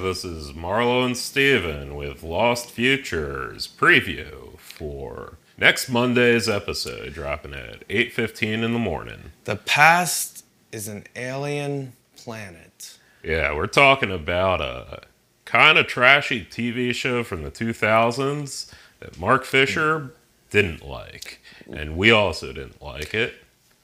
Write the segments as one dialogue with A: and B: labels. A: This is Marlo and Steven with Lost Futures preview for next Monday's episode, dropping at 8.15 in the morning.
B: The past is an alien planet.
A: Yeah, we're talking about a kind of trashy TV show from the 2000s that Mark Fisher didn't like, and we also didn't like it.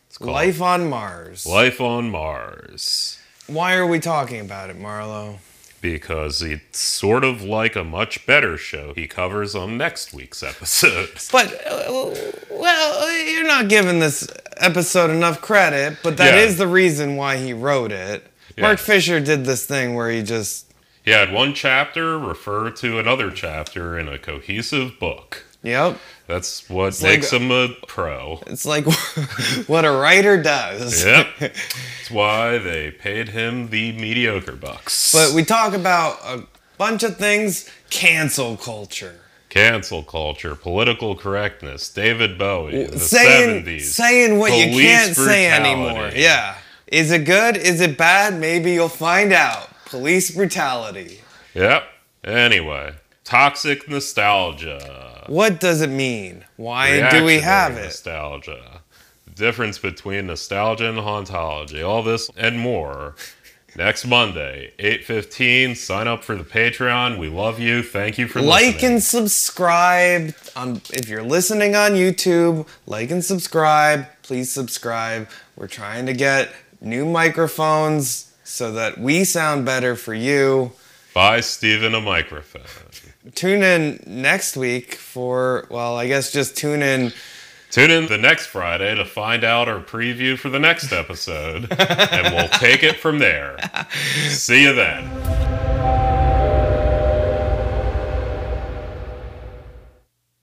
A: It's called
B: Life on Mars.
A: Life on Mars.
B: Why are we talking about it, Marlo?
A: because it's sort of like a much better show he covers on next week's episode.
B: But, uh, well, you're not giving this episode enough credit, but that
A: Yeah.
B: is the reason why he wrote it. Mark
A: Yeah.
B: Fisher did this thing where he just,
A: he had one chapter refer to another chapter in a cohesive book.
B: yep,
A: That's what
B: like
A: makes him a pro.
B: it's like what a writer does.
A: yep. That's why they paid him the mediocre bucks.
B: But we talk about a bunch of things cancel culture.
A: Cancel culture, political correctness, David Bowie, in the
B: saying
A: 70s.
B: saying what you
A: police
B: can't say anymore.
A: brutality.
B: Yeah. Is it good? Is it bad? Maybe you'll find out. Police brutality.
A: Yep. Anyway, toxic nostalgia.
B: What does it mean? Why do we
A: Reactionary
B: have it?
A: Nostalgia. Difference between nostalgia and hauntology. All this and more. Next Monday, 8.15. Sign up for the Patreon. We love you. Thank you for
B: Like
A: listening.
B: and subscribe. Um, if you're listening on YouTube, like and subscribe. Please subscribe. We're trying to get new microphones so that we sound better for you.
A: Buy Steven a microphone.
B: Tune in next week for, well, I guess just tune in.
A: Tune in the next Friday to find out our preview for the next episode, and we'll take it from there. See you then.